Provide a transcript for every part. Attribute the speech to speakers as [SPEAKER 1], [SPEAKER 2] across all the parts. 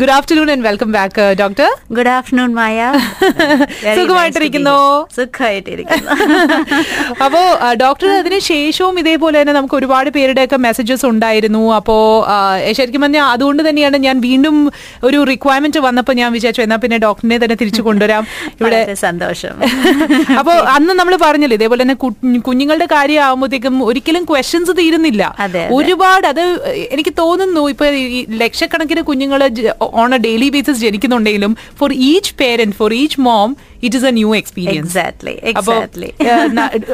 [SPEAKER 1] Good afternoon and welcome back doctor
[SPEAKER 2] good afternoon മായ
[SPEAKER 1] സുഖമായിട്ടിരിക്കുന്നോ?
[SPEAKER 2] സുഖമായിട്ടിരിക്കുന്നു
[SPEAKER 1] അപ്പോ ഡോക്ടർ അതിന് ശേഷവും ഇതേപോലെ തന്നെ നമുക്ക് ഒരുപാട് പേരുടെയൊക്കെ മെസ്സേജസ് ഉണ്ടായിരുന്നു അപ്പോ ആ, ശരിക്കും പറഞ്ഞാൽ അതുകൊണ്ട് തന്നെയാണ് ഞാൻ വീണ്ടും ഒരു റിക്വയർമെന്റ് വന്നപ്പോൾ ഞാൻ വിചാരിച്ചു എന്നാ പിന്നെ ഡോക്ടറിനെ തന്നെ തിരിച്ചു കൊണ്ടുവരാം ഇവിടെ
[SPEAKER 2] വളരെ സന്തോഷം
[SPEAKER 1] അപ്പോ അന്ന് നമ്മൾ പറഞ്ഞില്ലേ ഇതേപോലെ തന്നെ കു- കുഞ്ഞുങ്ങളുടെ കാര്യമാകുമ്പോഴത്തേക്കും ഒരിക്കലും ക്വസ്റ്റ്യൻസ് തീരുന്നില്ല
[SPEAKER 2] അതെ, അതെ.
[SPEAKER 1] ഒരുപാട് അത് എനിക്ക് തോന്നുന്നു ഇപ്പൊ ഈ ലക്ഷക്കണക്കിന് കുഞ്ഞുങ്ങൾ ഓൺ എ ഡെയിലി ബേസിസ് ജനിക്കുന്നുണ്ടെങ്കിലും for each parent for each mom it is a new experience
[SPEAKER 2] exactly exactly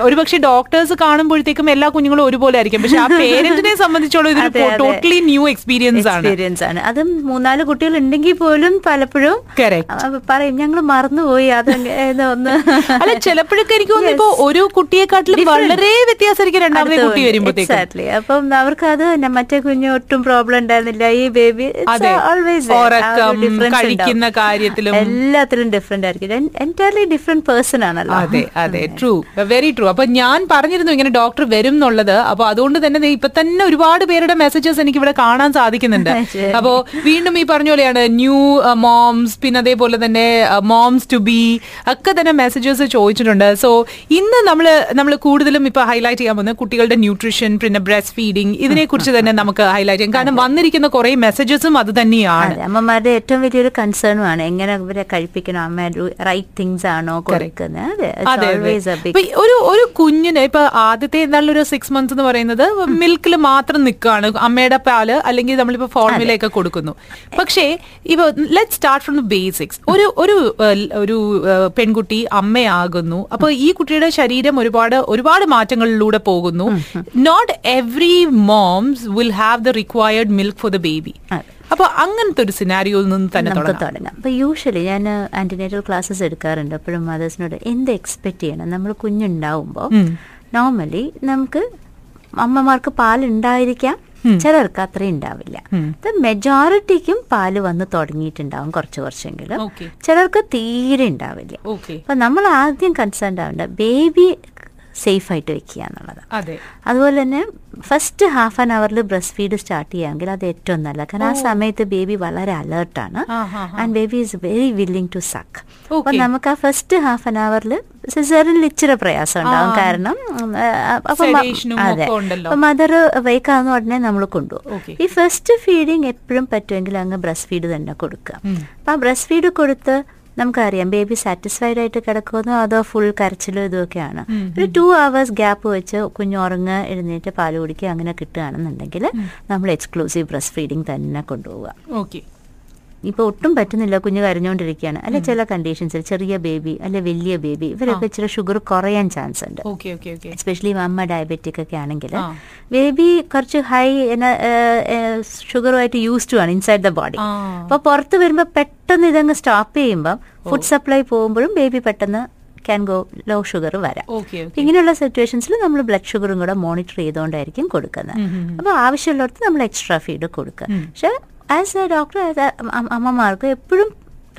[SPEAKER 1] ഒരുപക്ഷെ ഡോക്ടേഴ്സ് കാണുമ്പോഴത്തേക്കും എല്ലാ കുഞ്ഞുങ്ങളും ഒരുപോലെ ആയിരിക്കും പക്ഷെ ആ പേരന്റിനെ സംബന്ധിച്ചോളം
[SPEAKER 2] അതെ,
[SPEAKER 1] ഇതൊരു
[SPEAKER 2] അതെ.
[SPEAKER 1] ടോട്ടലി ന്യൂ എക്സ്പീരിയൻസ് ആണ്
[SPEAKER 2] എക്സ്പീരിയൻസ് ആണ് അതും മൂന്നാല് കുട്ടികൾ ഉണ്ടെങ്കിൽ പോലും പലപ്പോഴും
[SPEAKER 1] Correct.
[SPEAKER 2] അവ പറയും ഞങ്ങൾ മറന്നുപോയി അത് അങ്ങ് ഏതോ ഒന്ന്
[SPEAKER 1] അല്ല ചിലപ്പോഴൊക്കെ എനിക്ക് തോന്നുന്നു ഇപ്പൊ ഒരു കുട്ടിയെക്കാട്ടിലും വളരെ വ്യത്യാസമായിരിക്കും രണ്ടാമത്തെ കുട്ടി വരുമ്പോഴത്തേക്കും
[SPEAKER 2] എക്സാക്ട്ലി അപ്പം അവർക്ക് അത് ന- മറ്റേ കുഞ്ഞ് ഒട്ടും പ്രോബ്ലം ഉണ്ടായിരുന്നില്ല ഈ ബേബി
[SPEAKER 1] അതെ.
[SPEAKER 2] ഓൾവേസ്
[SPEAKER 1] ഉറക്കം, കഴിക്കുന്ന കാര്യത്തിലും.
[SPEAKER 2] എല്ലാത്തിലും ഡിഫറെന്റ് ആയിരിക്കും എൻറ്റയർലി ഡിഫറെന്റ് പേഴ്സൺ ആണല്ലോ
[SPEAKER 1] അതെ അതെ ട്രൂ വെരി ട്രൂ അപ്പൊ ഞാൻ പറഞ്ഞിരുന്നു ഇങ്ങനെ ഡോക്ടർ വരും എന്നുള്ളത് അപ്പൊ അതുകൊണ്ട് തന്നെ ദേ ഇപ്പൊ തന്നെ ഒരുപാട് പേരുടെ മെസ്സേജസ് എനിക്ക് ഇവിടെ കാണാൻ സാധിക്കുന്നുണ്ട്
[SPEAKER 2] ശരി.
[SPEAKER 1] അപ്പോ വീണ്ടും ഈ പറഞ്ഞ പോലെയാണ് ന്യൂ മോംസ് പിന്നെ അതേപോലെ തന്നെ uh, മോംസ് ടു ബി ഒക്കെ തന്നെ മെസ്സേജസ് ചോദിച്ചിട്ടുണ്ട് സോ ഇന്ന് നമ്മൾ നമ്മൾ കൂടുതലും ഇപ്പൊ ഹൈലൈറ്റ് ചെയ്യാൻ പോകുന്നത് കുട്ടികളുടെ ന്യൂട്രീഷൻ പിന്നെ ബ്രസ്റ്റ് ഫീഡിങ് ഇതിനെ കുറിച്ച് തന്നെ നമുക്ക് ഹൈലൈറ്റ് ചെയ്യാം കാരണം വന്നിരിക്കുന്ന കുറെ മെസ്സേജസും അത് തന്നെയാണ്
[SPEAKER 2] അതെ അമ്മമാരുടെ ഏറ്റവും വലിയൊരു കൺസേണുമാണ് എങ്ങനെ ഇവരെ കഴിപ്പിക്കണം അമ്മ റൈറ്റ് തിങ്സ് ആണോ കൊടുക്കുന്നത്
[SPEAKER 1] അതെ, അതെ. ഇപ്പൊ ഈ ഒരു ഒരു കുഞ്ഞിന് ഇപ്പൊ ആദ്യത്തെ നല്ലൊരു സിക്സ് മന്ത്സ് എന്ന് പറയുന്നത് മിൽക്കിൽ മാത്രം നിൽക്കുകയാണ് അമ്മയുടെ പാല് അല്ലെങ്കിൽ നമ്മളിപ്പോ ഫോർമുലയൊക്കെ കൊടുക്കുന്നു പക്ഷേ ഇപ്പൊ ലെറ്റ് സ്റ്റാർട്ട് ഫ്രം ബേസിക്സ് ഒരു ഒരു ഏഹ്, ൽ- ഒരു ഏഹ്, പെൺകുട്ടി അമ്മയാകുന്നു അപ്പൊ ഈ കുട്ടിയുടെ ശരീരം ഒരുപാട് ഒരുപാട് മാറ്റങ്ങളിലൂടെ പോകുന്നു not every moms will have the required milk for the baby
[SPEAKER 2] അതെ.
[SPEAKER 1] അപ്പൊ അങ്ങനത്തെ ഒരു സിനാരിയോയിൽ നിന്ന് തന്നെ
[SPEAKER 2] നമുക്ക്
[SPEAKER 1] തുടങ്ങാം
[SPEAKER 2] തുടങ്ങാം അപ്പൊ യൂഷ്വലി ഞാൻ ആന്റിനേറ്റൽ ക്ലാസ്സസ് എടുക്കാറുണ്ട് അപ്പോഴും മദേഴ്സിനോട് എന്ത് എക്സ്പെക്ട് ചെയ്യണം നമ്മൾ കുഞ്ഞുണ്ടാവുമ്പോൾ നോർമലി നമുക്ക് അമ്മമാർക്ക് പാലുണ്ടായിരിക്കാം ചിലർക്ക് അത്രയും ഉണ്ടാവില്ല മെജോറിറ്റിക്കും പാല് വന്ന് തുടങ്ങിയിട്ടുണ്ടാവും കുറച്ച് കുറച്ചെങ്കിലും
[SPEAKER 1] ഓക്കെ
[SPEAKER 2] ചിലർക്ക് തീരെ ഉണ്ടാവില്ല
[SPEAKER 1] ഓക്കെ
[SPEAKER 2] അപ്പൊ നമ്മൾ ആദ്യം കൺസേൺ ആവേണ്ട ബേബി സേഫ് ആയിട്ട് വെക്കുക എന്നുള്ളത്
[SPEAKER 1] അതെ
[SPEAKER 2] അതുപോലെ തന്നെ ഫസ്റ്റ് ഹാഫ് ആൻ അവറിൽ ബ്രസ്റ്റ് ഫീഡ് സ്റ്റാർട്ട് ചെയ്യാമെങ്കിൽ അത് ഏറ്റവും നല്ല കാരണം ആ സമയത്ത് ബേബി വളരെ അലേർട്ടാണ്
[SPEAKER 1] ആഹാ.
[SPEAKER 2] And baby is very willing to suck അപ്പൊ
[SPEAKER 1] Okay.
[SPEAKER 2] നമുക്ക് ആ ഫസ്റ്റ് ഹാഫ് ആൻ അവറിൽ സിസറിൽ ഇച്ചിരി പ്രയാസം ഉണ്ടാവും കാരണം ഉം, ആ, അപ്പൊ മ-
[SPEAKER 1] Sedationഉം
[SPEAKER 2] അതെ
[SPEAKER 1] ഒക്കെ ഉണ്ടല്ലോ.
[SPEAKER 2] മദർ വേക്ക് ആവുന്ന ഉടനെ നമ്മൾ കൊണ്ടുപോകും
[SPEAKER 1] Okay.
[SPEAKER 2] ഈ ഫസ്റ്റ് ഫീഡിങ് എപ്പോഴും പറ്റുമെങ്കിൽ അങ്ങ് ബ്രസ്റ്റ് ഫീഡ് തന്നെ കൊടുക്കുക
[SPEAKER 1] ഉം.
[SPEAKER 2] അപ്പൊ ആ ബ്രസ്റ്റ് ഫീഡ് കൊടുത്ത് നമുക്കറിയാം ബേബി സാറ്റിസ്ഫൈഡ് ആയിട്ട് കിടക്കുമെന്നോ അതോ ഫുൾ കരച്ചിലോ ഇതൊക്കെയാണ് ഒരു ടു അവേഴ്സ് ഗ്യാപ്പ് വെച്ച് കുഞ്ഞുറങ്ങ് എഴുന്നേറ്റ് പാല് കുടിക്കുക അങ്ങനെ കിട്ടുകയാണെന്നുണ്ടെങ്കിൽ നമ്മൾ എക്സ്ക്ലൂസീവ് ബ്രസ്റ്റ് ഫീഡിങ് തന്നെ കൊണ്ടുപോവുക
[SPEAKER 1] ഓക്കെ
[SPEAKER 2] ഇപ്പൊ ഒട്ടും പറ്റുന്നില്ല കുഞ്ഞ് കരഞ്ഞുകൊണ്ടിരിക്കുകയാണ് അല്ലെ ചില കണ്ടീഷൻസിൽ ചെറിയ ബേബി അല്ലെ വലിയ ബേബി ഇവരൊക്കെ ഇച്ചിരി ഷുഗർ കുറയാൻ ചാൻസ് ഉണ്ട്
[SPEAKER 1] ഓക്കെ ഓക്കെ ഓക്കെ
[SPEAKER 2] എസ്പെഷ്യലി അമ്മ ഡയബറ്റിക് ഒക്കെ ആണെങ്കിൽ
[SPEAKER 1] ആ.
[SPEAKER 2] ബേബി കുറച്ച് ഹൈ ഷുഗറുമായിട്ട് യൂസ് ടു ആണ് ഇൻസൈഡ് ദ ബോഡി
[SPEAKER 1] ആ.
[SPEAKER 2] അപ്പൊ പുറത്ത് വരുമ്പോൾ പെട്ടെന്ന് ഇതങ്ങ് സ്റ്റോപ്പ് ചെയ്യുമ്പോൾ ഫുഡ് സപ്ലൈ പോകുമ്പോഴും ബേബി പെട്ടെന്ന് ക്യാൻ ഗോ ലോ ഷുഗർ വരാം
[SPEAKER 1] ഓക്കെ
[SPEAKER 2] അപ്പൊ ഇങ്ങനെയുള്ള സിറ്റുവേഷൻസിൽ നമ്മൾ ബ്ലഡ് ഷുഗറും കൂടെ മോണിറ്റർ ചെയ്തുകൊണ്ടായിരിക്കും കൊടുക്കുന്നത് അപ്പോൾ ആവശ്യമുള്ളിടത്ത് നമ്മൾ എക്സ്ട്രാ ഫീഡ് കൊടുക്കുക പക്ഷെ ആസ് എ ഡോക്ടർ ആസ് അമ്മമാർക്ക് എപ്പോഴും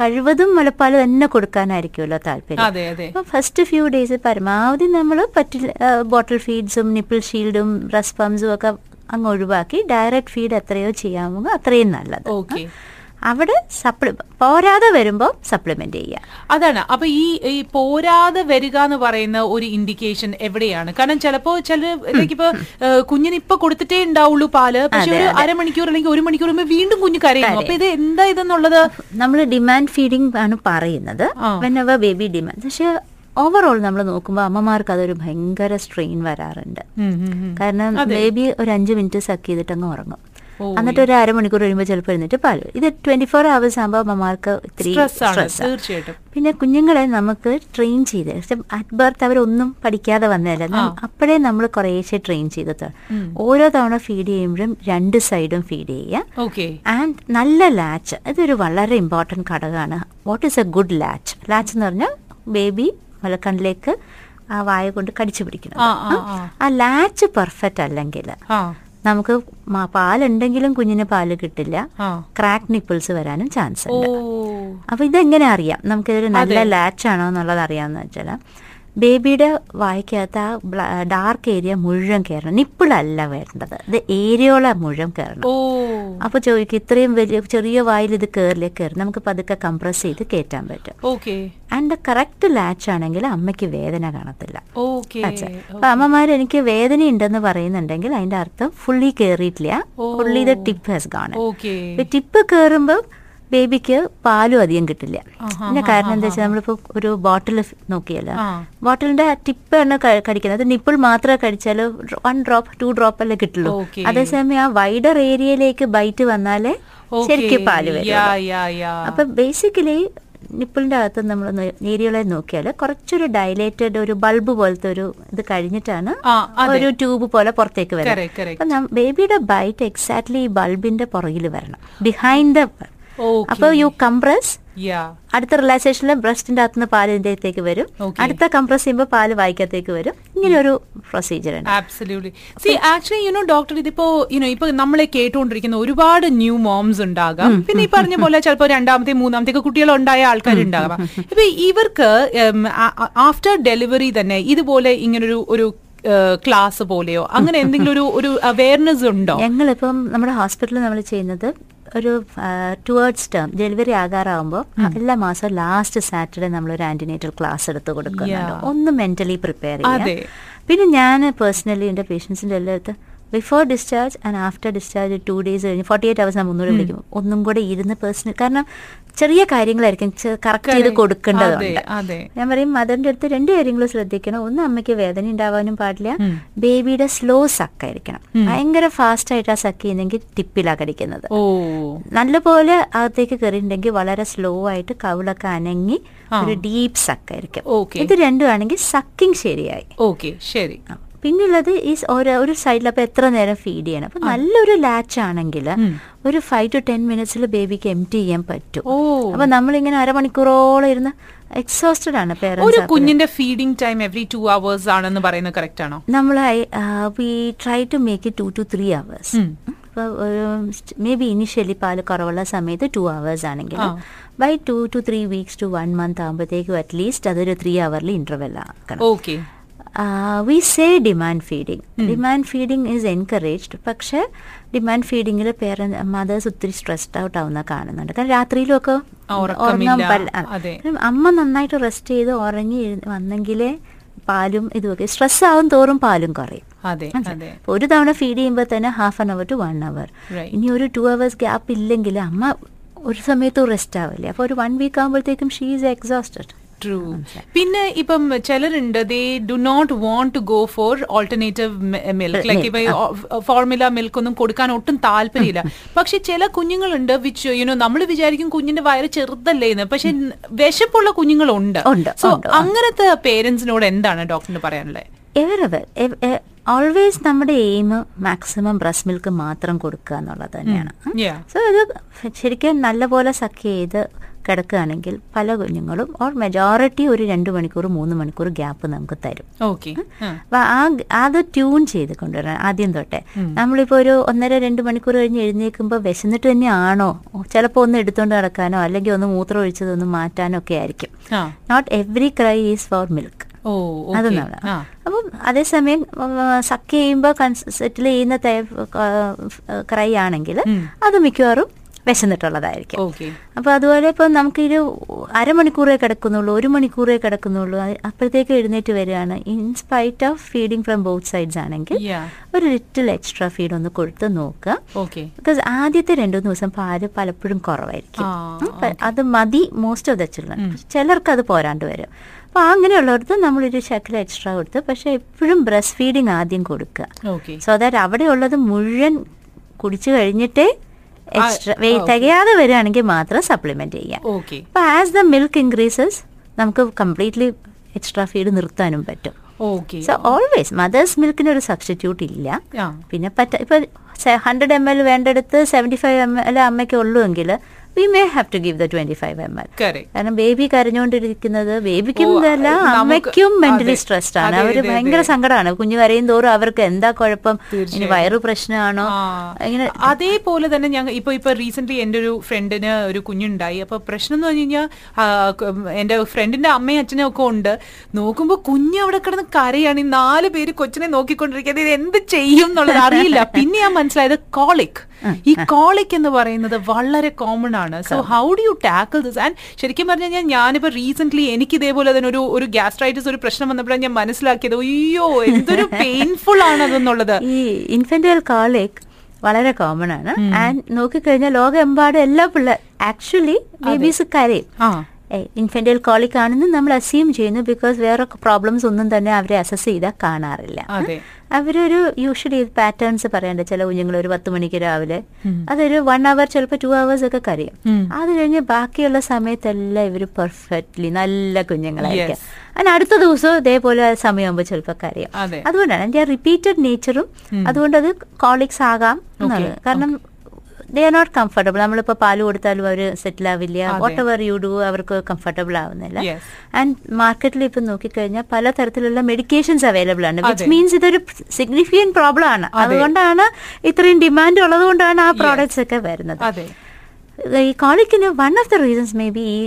[SPEAKER 2] കഴിവതും മുലപ്പാൽ തന്നെ കൊടുക്കാനായിരിക്കുമല്ലോ താല്പര്യം
[SPEAKER 1] അതെ അതെ
[SPEAKER 2] അപ്പോൾ ഫസ്റ്റ് ഫ്യൂ ഡേയ്സ് പരമാവധി നമ്മൾ പറ്റില്ല ബോട്ടിൽ ഫീഡ്സും നിപ്പിൾ ഷീൽഡും ബ്രസ് പംസും ഒക്കെ അങ്ങ് ഒഴിവാക്കി ഡയറക്റ്റ് ഫീഡ് എത്രയോ ചെയ്യാമോ അത്രയും നല്ലത്
[SPEAKER 1] ഓക്കെ
[SPEAKER 2] അവിടെ സപ്ലി പോരാതെ വരുമ്പോൾ സപ്ലിമെന്റ് ചെയ്യുക
[SPEAKER 1] അതാണ് അപ്പൊ ഈ ഈ പോരാതെ വരിക എന്ന് പറയുന്ന ഒരു ഇൻഡിക്കേഷൻ എവിടെയാണ് കാരണം ചിലപ്പോ ചില ലൈക്ക് ഇപ്പൊ ഏഹ്, കുഞ്ഞിന് ഇപ്പൊ കൊടുത്തിട്ടേ ഉണ്ടാവുള്ളൂ പാല് പക്ഷെ ഒരു അരമണിക്കൂർ അല്ലെങ്കിൽ ഒരു മണിക്കൂർ മുമ്പ് വീണ്ടും കുഞ്ഞ് കരയുന്നു അപ്പൊ ഇത് എന്താ ഇതെന്നുള്ളത്
[SPEAKER 2] നമ്മൾ ഡിമാൻഡ് ഫീഡിംഗ് ആണ് പറയുന്നത്
[SPEAKER 1] ആ.
[SPEAKER 2] വെനവർ ബേബി ഡിമാൻഡ് പക്ഷേ ഓവറോൾ നമ്മൾ നോക്കുമ്പോൾ അമ്മമാർക്ക് അതൊരു ഭയങ്കര സ്ട്രെയിൻ വരാറുണ്ട് കാരണം ബേബി ഒരു അഞ്ച് മിനിറ്റ് സക്ക് ചെയ്തിട്ട് അങ്ങ് ഉറങ്ങും
[SPEAKER 1] ഓ.
[SPEAKER 2] എന്നിട്ട് ഒരു അരമണിക്കൂർ കഴിയുമ്പോൾ ചിലപ്പോൾ ഇരുന്നിട്ട് പാല് ഇത് ട്വന്റി ഫോർ അവേഴ്സ് ആകുമ്പോൾ അമ്മമാർക്ക് ഇത്തിരി
[SPEAKER 1] സ്ട്രെസ് ആണ്
[SPEAKER 2] stress ആ.
[SPEAKER 1] തീർച്ചയായിട്ടും
[SPEAKER 2] പിന്നെ കുഞ്ഞുങ്ങളെ നമുക്ക് ട്രെയിൻ ചെയ്ത് അറ്റ് ബർത്ത് അവരൊന്നും പഠിക്കാതെ വന്നതല്ല നം- അപ്പോഴേ നമ്മൾ കുറേശ്ശെ ട്രെയിൻ ചെയ്തത് ഓരോ തവണ ഫീഡ് ചെയ്യുമ്പോഴും രണ്ട് സൈഡും ഫീഡ് ചെയ്യുക
[SPEAKER 1] ഓക്കെ
[SPEAKER 2] ആൻഡ് നല്ല ലാച്ച് ഇതൊരു വളരെ ഇമ്പോർട്ടൻറ്റ് ഘടകമാണ് what is a good latch latch എന്ന് പറഞ്ഞാൽ ബേബി മുലക്കണ്ണിലേക്ക് ആ വായ കൊണ്ട് കടിച്ചു പിടിക്കണം
[SPEAKER 1] ആ, ആ, ആ.
[SPEAKER 2] ആ ലാച്ച് പെർഫെക്റ്റ് അല്ലെങ്കിൽ
[SPEAKER 1] ആ
[SPEAKER 2] നമുക്ക് മ- പാലുണ്ടെങ്കിലും കുഞ്ഞിന് പാല് കിട്ടില്ല
[SPEAKER 1] ആ
[SPEAKER 2] ക്രാക്ക് നിപ്പിൾസ് വരാനും ചാൻസ്
[SPEAKER 1] ഓ
[SPEAKER 2] ഉണ്ട് അപ്പൊ ഇതെങ്ങനെ അറിയാം നമുക്കിതൊരു നല്ല ലാച്ച് ആണോ എന്നുള്ളത് അറിയാമെന്ന് വെച്ചാൽ ബേബിയുടെ വായിക്കകത്ത് ആ ഡാർക്ക് ഏരിയ മുഴുവൻ കയറണം നിപ്പിളല്ല വേണ്ടത് ഇത് ഏരിയോള മുഴുവൻ കയറണം
[SPEAKER 1] ഓ
[SPEAKER 2] അപ്പൊ ചോദിക്കും ഇത്രയും വലിയ ചെറിയ വായിൽ ഇത് കയറിലേ കയറും നമുക്ക് പതുക്കെ കംപ്രസ് ചെയ്ത് കയറ്റാൻ പറ്റും
[SPEAKER 1] ഓക്കെ
[SPEAKER 2] ആൻഡ് കറക്റ്റ് ലാച്ച് ആണെങ്കിൽ അമ്മയ്ക്ക് വേദന കാണത്തില്ല
[SPEAKER 1] ഓക്കെ
[SPEAKER 2] That's it. അപ്പൊ അമ്മമാർ എനിക്ക് വേദന ഉണ്ടെന്ന് പറയുന്നുണ്ടെങ്കിൽ അതിന്റെ അർത്ഥം ഫുള്ളി കയറിയിട്ടില്ല fully the tip has gone
[SPEAKER 1] okay
[SPEAKER 2] tip കയറുമ്പോൾ ബേബിക്ക് പാലും അധികം കിട്ടില്ല പിന്നെ കാരണം എന്താ വെച്ചാൽ നമ്മളിപ്പോ ഒരു ബോട്ടിൽ നോക്കിയല്ലോ
[SPEAKER 1] ആ.
[SPEAKER 2] ബോട്ടിലിന്റെ ടിപ്പാണ് കടിക്കുന്നത് നിപ്പിൾ മാത്രമേ കടിച്ചാൽ വൺ ഡ്രോപ്പ് ടു ഡ്രോപ്പ് അല്ലേ കിട്ടുള്ളൂ
[SPEAKER 1] Okay.
[SPEAKER 2] അതേസമയം ആ വൈഡർ ഏരിയയിലേക്ക് ബൈറ്റ് വന്നാലേ ശരിക്കും പാല് വരും അപ്പൊ ബേസിക്കലി നിപ്പിളിന്റെ അകത്ത് നമ്മൾ ഏരിയകളെ നോക്കിയാൽ കുറച്ചൊരു ഡയലേറ്റഡ് ഒരു ബൾബ് പോലത്തെ ഒരു ഇത് കഴിഞ്ഞിട്ടാണ്
[SPEAKER 1] ആ, അതെ.
[SPEAKER 2] ഒരു ട്യൂബ് പോലെ പുറത്തേക്ക്
[SPEAKER 1] Correct,
[SPEAKER 2] വരുന്നത്
[SPEAKER 1] correct.
[SPEAKER 2] അപ്പൊ നം- ബേബിയുടെ ബൈറ്റ് എക്സാക്ട്ലി ഈ ബൾബിന്റെ പുറകിൽ വരണം ബിഹൈൻഡ് ദ
[SPEAKER 1] Okay.
[SPEAKER 2] അപ്പൊ യു കംപ്രസ്
[SPEAKER 1] യാ
[SPEAKER 2] അടുത്ത റിലാക്സേഷനിൽ ബ്രസ്റ്റിന്റെ അകത്തുനിന്ന് പാല് ഇതിന്റെത്തേക്ക് വരും
[SPEAKER 1] Okay.
[SPEAKER 2] അടുത്ത കംപ്രസ് ചെയ്യുമ്പോൾ പാല് വായിക്കത്തേക്ക് വരും ഇങ്ങനെ ഒരു പ്രൊസീജിയർ ഉണ്ട്
[SPEAKER 1] absolutely see actually you know doctor ഇതിപ്പോ യുനോ ഇപ്പൊ നമ്മളെ കേട്ടുകൊണ്ടിരിക്കുന്ന ഒരുപാട് ന്യൂ മോംസ് ഉണ്ടാകാം പിന്നെ ഈ പറഞ്ഞ പോലെ ചിലപ്പോൾ രണ്ടാമത്തെ മൂന്നാമത്തെ ഒക്കെ കുട്ടികളുണ്ടായ ആൾക്കാരുണ്ടാകാം ഇപ്പൊ ഇവർക്ക് ആഫ്റ്റർ ഡെലിവറി തന്നെ ഇതുപോലെ ഇങ്ങനൊരു ഒരു ക്ലാസ് പോലെയോ അങ്ങനെ എന്തെങ്കിലും ഒരു ഒരു അവയർനെസ് ഉണ്ടോ
[SPEAKER 2] ഞങ്ങളിപ്പം നമ്മുടെ ഹോസ്പിറ്റലിൽ നമ്മൾ ചെയ്യുന്നത് ഒരു ടുവേർഡ്സ് ടേം ഡെലിവറി ആകാറാകുമ്പോൾ എല്ലാ മാസവും ലാസ്റ്റ് സാറ്റർഡേ നമ്മൾ ഒരു ആന്റിനേറ്റൽ ക്ലാസ് എടുത്ത് കൊടുക്കുന്നുണ്ട്
[SPEAKER 1] Yeah.
[SPEAKER 2] ഒന്ന് മെന്റലി പ്രിപ്പയർ
[SPEAKER 1] അതെ.
[SPEAKER 2] ചെയ്യാം പിന്നെ ഞാൻ പേഴ്സണലി എൻ്റെ പേഷ്യൻസിൻ്റെ എല്ലായിടത്ത് before discharge and after discharge two days കഴിഞ്ഞ് ഫോർട്ടി എയ്റ്റ് ഹവേഴ്സ് നമ്മൾ ഒന്നുകൂടെ വിളിക്കും ഒന്നും കൂടെ ഇരുന്ന് പേഴ്സണൽ കാരണം ചെറിയ കാര്യങ്ങളായിരിക്കും കറക്റ്റ് ചെയ്ത്
[SPEAKER 1] Correct.
[SPEAKER 2] കൊടുക്കേണ്ടതുണ്ട്
[SPEAKER 1] അതെ, അതെ.
[SPEAKER 2] ഞാൻ പറയും മദറിന്റെ അടുത്ത് രണ്ട് കാര്യങ്ങളും ശ്രദ്ധിക്കണം ഒന്ന് അമ്മയ്ക്ക് വേദന ഉണ്ടാവാനും പാടില്ല ബേബിയുടെ സ്ലോ സക്കായിരിക്കണം ഭയങ്കര ഫാസ്റ്റ് ആയിട്ടാ സക്ക് ചെയ്യുന്നെങ്കിൽ ടിപ്പിലാ കടിക്കുന്നത്
[SPEAKER 1] ഓ
[SPEAKER 2] നല്ലപോലെ അകത്തേക്ക് കയറിയിട്ടുണ്ടെങ്കിൽ വളരെ സ്ലോ ആയിട്ട് കവിളൊക്കെ അനങ്ങി
[SPEAKER 1] ആ.
[SPEAKER 2] ഒരു ഡീപ്പ് സക്കായിരിക്കും
[SPEAKER 1] Okay.
[SPEAKER 2] ഇത് രണ്ടും ആണെങ്കിൽ സക്കിങ് ശരിയായി
[SPEAKER 1] ഓക്കെ ശരി
[SPEAKER 2] ആ. പിന്നുള്ളത് ഈ സ് ഓരോ ഒരു സൈഡിൽ അപ്പൊ എത്ര നേരം ഫീഡ് ചെയ്യണം അപ്പൊ നല്ലൊരു ലാച്ച് ആണെങ്കിൽ ഒരു ഫൈവ് ടു ടെൻ മിനിറ്റ്സിൽ ബേബിക്ക് എം ചെയ്യാൻ പറ്റും
[SPEAKER 1] ഓ.
[SPEAKER 2] അപ്പൊ നമ്മളിങ്ങനെ അരമണിക്കൂറോളം ഇരുന്ന് എക്സോസ്റ്റഡ് ആണ്
[SPEAKER 1] ഒരു
[SPEAKER 2] പേരൻസ്
[SPEAKER 1] കുഞ്ഞിന്റെ feeding time every two hours ആണെന്ന് പറയുന്നത് കറക്റ്റ് ആണോ
[SPEAKER 2] നമ്മൾ we try to make it two to three hours
[SPEAKER 1] ഉം.
[SPEAKER 2] മേ ബി ഇനിഷ്യലി പാല് കുറവുള്ള സമയത്ത് ടു അവേഴ്സ് ആണെങ്കിൽ
[SPEAKER 1] ആ.
[SPEAKER 2] By two to three weeks to one month ആകുമ്പോഴത്തേക്കും അറ്റ്ലീസ്റ്റ് അതൊരു ത്രീ അവറിൽ ഇന്റർവെൽ ആക്കണം
[SPEAKER 1] okay
[SPEAKER 2] we say demand feeding demand feeding is encouraged പക്ഷേ ഡിമാൻഡ് ഫീഡിങ്ങിൽ പേരൻസ് മദേഴ്സ് ഒത്തിരി സ്ട്രെസ്ഡ് ഔട്ട് ആവുന്ന കാണുന്നുണ്ട് കാരണം രാത്രിയിലൊക്കെ
[SPEAKER 1] ആ, ഉറക്കമില്ല.
[SPEAKER 2] പറ്റില്ല. ആ.
[SPEAKER 1] അതെ.
[SPEAKER 2] കാരണം അമ്മ നന്നായിട്ട് റെസ്റ്റ് ചെയ്ത് ഉറങ്ങി എഴുന്ന- വന്നെങ്കിലേ പാലും ഇതുമൊക്കെ സ്ട്രെസ് ആവും തോറും പാലും കുറയും
[SPEAKER 1] അതെ അതെ
[SPEAKER 2] ഇപ്പൊ ഒരു തവണ ഫീഡ് ചെയ്യുമ്പോൾ തന്നെ half an hour to one hour
[SPEAKER 1] Right.
[SPEAKER 2] ഇനി ഒരു ടു അവേഴ്സ് ഗ്യാപ്പ് ഇല്ലെങ്കിൽ അമ്മ ഒരു സമയത്തും റെസ്റ്റ് ആവില്ല അപ്പോൾ ഒരു വൺ വീക്ക് ആകുമ്പോഴത്തേക്കും ഷീ ഈസ് എക്സോസ്റ്റഡ്
[SPEAKER 1] ട്രൂ പിന്നെ ഇപ്പം ചിലരുണ്ട് they do not want to go for alternative milk
[SPEAKER 2] Eh,
[SPEAKER 1] like ഇപ്പൊ ഫോർമുല മിൽക്ക് eh, ഒന്നും കൊടുക്കാൻ ഒട്ടും താല്പര്യമില്ല പക്ഷെ ചില കുഞ്ഞുങ്ങളുണ്ട് വിച്ച് യുനോ നമ്മൾ വിചാരിക്കും കുഞ്ഞിന്റെ വയറ് ചെറുതല്ലേ എന്ന് പക്ഷെ വിശപ്പുള്ള കുഞ്ഞുങ്ങളുണ്ട്
[SPEAKER 2] ഉണ്ട്,
[SPEAKER 1] സോ
[SPEAKER 2] ഉണ്ട്.
[SPEAKER 1] അങ്ങനത്തെ പേരൻസിനോട് എന്താണ് ഡോക്ടറിന് പറയാനുള്ളത്
[SPEAKER 2] എവറെവർ ഓൾവേസ് നമ്മുടെ എയിം മാക്സിമം ബ്രസ്റ്റ് മിൽക്ക് മാത്രം കൊടുക്കുക എന്നുള്ളത് തന്നെയാണ്
[SPEAKER 1] Yeah.
[SPEAKER 2] സോ ഇത് ശരിക്കും നല്ലപോലെ സക്ക് ചെയ്ത് കിടക്കുകയാണെങ്കിൽ പല കുഞ്ഞുങ്ങളും ഓർ മെജോറിറ്റി ഒരു രണ്ട് മണിക്കൂർ മൂന്ന് മണിക്കൂർ ഗ്യാപ്പ് നമുക്ക് തരും
[SPEAKER 1] ഓക്കെ
[SPEAKER 2] അപ്പൊ ആ അത് ട്യൂൺ ചെയ്ത് കൊണ്ടുവരണം ആദ്യം തൊട്ടേ നമ്മളിപ്പോ ഒരു ഒന്നര രണ്ട് മണിക്കൂർ കഴിഞ്ഞ് എഴുന്നേൽക്കുമ്പോൾ വിശന്നിട്ട് തന്നെയാണോ ചിലപ്പോൾ ഒന്ന് എടുത്തുകൊണ്ട് നടക്കാനോ അല്ലെങ്കിൽ ഒന്ന് മൂത്രം ഒഴിച്ചതൊന്ന് മാറ്റാനോ ഒക്കെ ആയിരിക്കും
[SPEAKER 1] ആ
[SPEAKER 2] not every cry is for milk
[SPEAKER 1] ഓ ഓക്കെ
[SPEAKER 2] അതൊന്നും
[SPEAKER 1] ആ
[SPEAKER 2] അപ്പം അതേസമയം സക്ക് ചെയ്യുമ്പോൾ സെറ്റിൽ ചെയ്യുന്ന ക്രൈ ആണെങ്കിൽ അത് മിക്കവാറും വിശന്നിട്ടുള്ളതായിരിക്കും
[SPEAKER 1] ഓക്കെ
[SPEAKER 2] അപ്പോൾ അതുപോലെ ഇപ്പം നമുക്കൊരു അരമണിക്കൂറേ കിടക്കുന്നുള്ളൂ ഒരു മണിക്കൂറേ കിടക്കുന്നുള്ളൂ അത് അപ്പോഴത്തേക്ക് എഴുന്നേറ്റ് വരികയാണ് in spite of feeding from both sides ആണെങ്കിൽ
[SPEAKER 1] Yeah.
[SPEAKER 2] ഒരു ലിറ്റിൽ എക്സ്ട്രാ ഫീഡ് ഒന്ന് കൊടുത്ത് നോക്കുക
[SPEAKER 1] ഓക്കെ
[SPEAKER 2] ബിക്കോസ് ആദ്യത്തെ രണ്ടു മൂന്ന് ദിവസം പാല് പലപ്പോഴും കുറവായിരിക്കും
[SPEAKER 1] ആ,
[SPEAKER 2] ഉം, പ- അത് മതി മോസ്റ്റ് ഓഫ് ദ ചിൽഡ്രൻ ചിലർക്ക് അത് പോരാണ്ട് വരും അപ്പൊ അങ്ങനെയുള്ളവർക്ക് നമ്മളൊരു ശക്കല എക്സ്ട്രാ കൊടുത്ത് പക്ഷെ എപ്പോഴും ബ്രസ്റ്റ് ഫീഡിങ് ആദ്യം കൊടുക്കുക
[SPEAKER 1] ഓക്കെ
[SPEAKER 2] സോ ദാറ്റ് അവിടെയുള്ളത് മുഴുവൻ കുടിച്ചു കഴിഞ്ഞിട്ട്
[SPEAKER 1] ആ,
[SPEAKER 2] എക്സ്ട്രാ
[SPEAKER 1] ആ, okay.
[SPEAKER 2] തികയാതെ വരികയാണെങ്കിൽ മാത്രം സപ്ലിമെന്റ് ചെയ്യാം
[SPEAKER 1] ഓക്കെ
[SPEAKER 2] അപ്പൊ ആസ് ദ മിൽക്ക് ഇൻക്രീസസ് നമുക്ക് കംപ്ലീറ്റ്ലി എക്സ്ട്രാ ഫീഡ് നിർത്താനും പറ്റും
[SPEAKER 1] ഓക്കെ
[SPEAKER 2] സോ ഓൾവേസ് മദേഴ്സ് മിൽക്കിന് ഒരു സബ്സ്റ്റിറ്റ്യൂട്ട് ഇല്ല
[SPEAKER 1] ആ
[SPEAKER 2] പിന്നെ പറ്റ ഇപ്പൊ ഹൺഡ്രഡ് എം എൽ വേണ്ടെടുത്ത് സെവൻറ്റി ഫൈവ് എം എൽ അമ്മയ്ക്ക് ഉള്ളൂ എങ്കിൽ we may have to give the twenty five M L
[SPEAKER 1] Correct.
[SPEAKER 2] കാരണം ബേബി കരഞ്ഞുകൊണ്ടിരിക്കുന്നത് ബേബിക്കും
[SPEAKER 1] ഓ,
[SPEAKER 2] ഇതല്ല
[SPEAKER 1] നമുക്ക്
[SPEAKER 2] അമ്മയ്ക്കും മെന്റലി
[SPEAKER 1] അതെ,
[SPEAKER 2] സ്ട്രെസ്ഡ് ആണ്
[SPEAKER 1] അതെ,
[SPEAKER 2] അവര്
[SPEAKER 1] അതെ, അതെ.
[SPEAKER 2] ഭയങ്കര സങ്കടമാണ് കുഞ്ഞു കരയും തോറും അവർക്ക് എന്താ കുഴപ്പം ഇനി
[SPEAKER 1] തീർച്ചയായും.
[SPEAKER 2] വയറു പ്രശ്നമാണോ
[SPEAKER 1] ആ.
[SPEAKER 2] ഇങ്ങനെ
[SPEAKER 1] അതേപോലെ തന്നെ ഞങ്ങൾ ഇപ്പൊ ഇപ്പൊ റീസെന്റ് എന്റെ ഒരു ഫ്രണ്ടിന് ഒരു കുഞ്ഞുണ്ടായി അപ്പൊ പ്രശ്നം എന്ന് പറഞ്ഞു കഴിഞ്ഞാൽ എന്റെ ഫ്രണ്ടിന്റെ അമ്മയും അച്ഛനും ഒക്കെ ഉണ്ട് നോക്കുമ്പോ കുഞ്ഞ് അവിടെ കിടന്ന് കരയാണ് ഈ നാല് പേര് കൊച്ചിനെ നോക്കിക്കൊണ്ടിരിക്കുന്നത് ഇത് എന്ത് ചെയ്യും എന്നുള്ളത് അറിയില്ല പിന്നെ ഞാൻ മനസ്സിലായത് കോളിക് ഈ കോളിക് എന്ന് പറയുന്നത് വളരെ കോമൺ ആണ് so how do you tackle this and ശരിക്കും പറഞ്ഞു കഴിഞ്ഞാൽ ഞാനിപ്പോ റീസെന്റ് എനിക്ക് ഇതേപോലെ തന്നെ ഒരു ഒരു ഗ്യാസ്ട്രൈറ്റിസ് ഒരു പ്രശ്നം വന്നപ്പോഴാണ് ഞാൻ മനസ്സിലാക്കിയത് അയ്യോ എന്തൊരു പെയിൻഫുൾ ആണ് അതെന്നുള്ളത്
[SPEAKER 2] ഈ ഇൻഫന്റൽ കോളിക് വളരെ കോമൺ ആണ് ആൻഡ് നോക്കിക്കഴിഞ്ഞാൽ ലോകമെമ്പാടും എല്ലാ പിള്ളേർ ആക്ച്വലി ബേബീസ് കരയും
[SPEAKER 1] ആ
[SPEAKER 2] ഇൻഫന്റൽ കോളിക് ആണെന്ന് നമ്മൾ അസ്യൂം ചെയ്യുന്നു ബിക്കോസ് വേറെ പ്രോബ്ലംസ് ഒന്നും തന്നെ അവരെ അസസ് ചെയ്താൽ കാണാറില്ല
[SPEAKER 1] അതെ.
[SPEAKER 2] അവരൊരു യൂഷ്വലി പാറ്റേൺസ് പറയണ്ട ചില കുഞ്ഞുങ്ങൾ ഒരു പത്ത് മണിക്ക് രാവിലെ അതൊരു വൺ അവർ ചിലപ്പോൾ ടു അവേഴ്സ് ഒക്കെ കരയും അത് കഴിഞ്ഞ് ബാക്കിയുള്ള സമയത്തെല്ലാം ഇവർ പെർഫെക്റ്റ്ലി നല്ല കുഞ്ഞുങ്ങളായിരിക്കും അതിന് അടുത്ത ദിവസവും ഇതേപോലെ സമയമാകുമ്പോൾ ചിലപ്പോൾ കരയും
[SPEAKER 1] അതെ.
[SPEAKER 2] അതുകൊണ്ടാണ് എൻ്റെ റിപ്പീറ്റഡ് നേച്ചറും അതുകൊണ്ട് അത് കോളിക്സ് ആകാം എന്നുള്ളത് കാരണം ദേ ആർ നോട്ട് കംഫർട്ടബിൾ നമ്മളിപ്പോൾ പാല് കൊടുത്താലും അവർ സെറ്റിൽ ആവില്ല
[SPEAKER 1] അതെ.
[SPEAKER 2] വാട്ട് എവർ യു ഡു അവർക്ക് കംഫർട്ടബിൾ ആവുന്നില്ല
[SPEAKER 1] Yes.
[SPEAKER 2] ആൻഡ് മാർക്കറ്റിൽ ഇപ്പം നോക്കിക്കഴിഞ്ഞാൽ പല തരത്തിലുള്ള മെഡിക്കേഷൻസ് അവൈലബിൾ ആണ്
[SPEAKER 1] അതെ.
[SPEAKER 2] വിച്ച് മീൻസ് ഇതൊരു സിഗ്നിഫിക്കൻറ്റ് പ്രോബ്ലം ആണ്
[SPEAKER 1] അതെ.
[SPEAKER 2] അതുകൊണ്ടാണ് ഇത്രയും ഡിമാൻഡ് ഉള്ളത് കൊണ്ടാണ് ആ പ്രോഡക്ട്സ് ഒക്കെ വരുന്നത്
[SPEAKER 1] അതെ
[SPEAKER 2] ഈ കോളിക്കിന് one of the reasons may be ഈ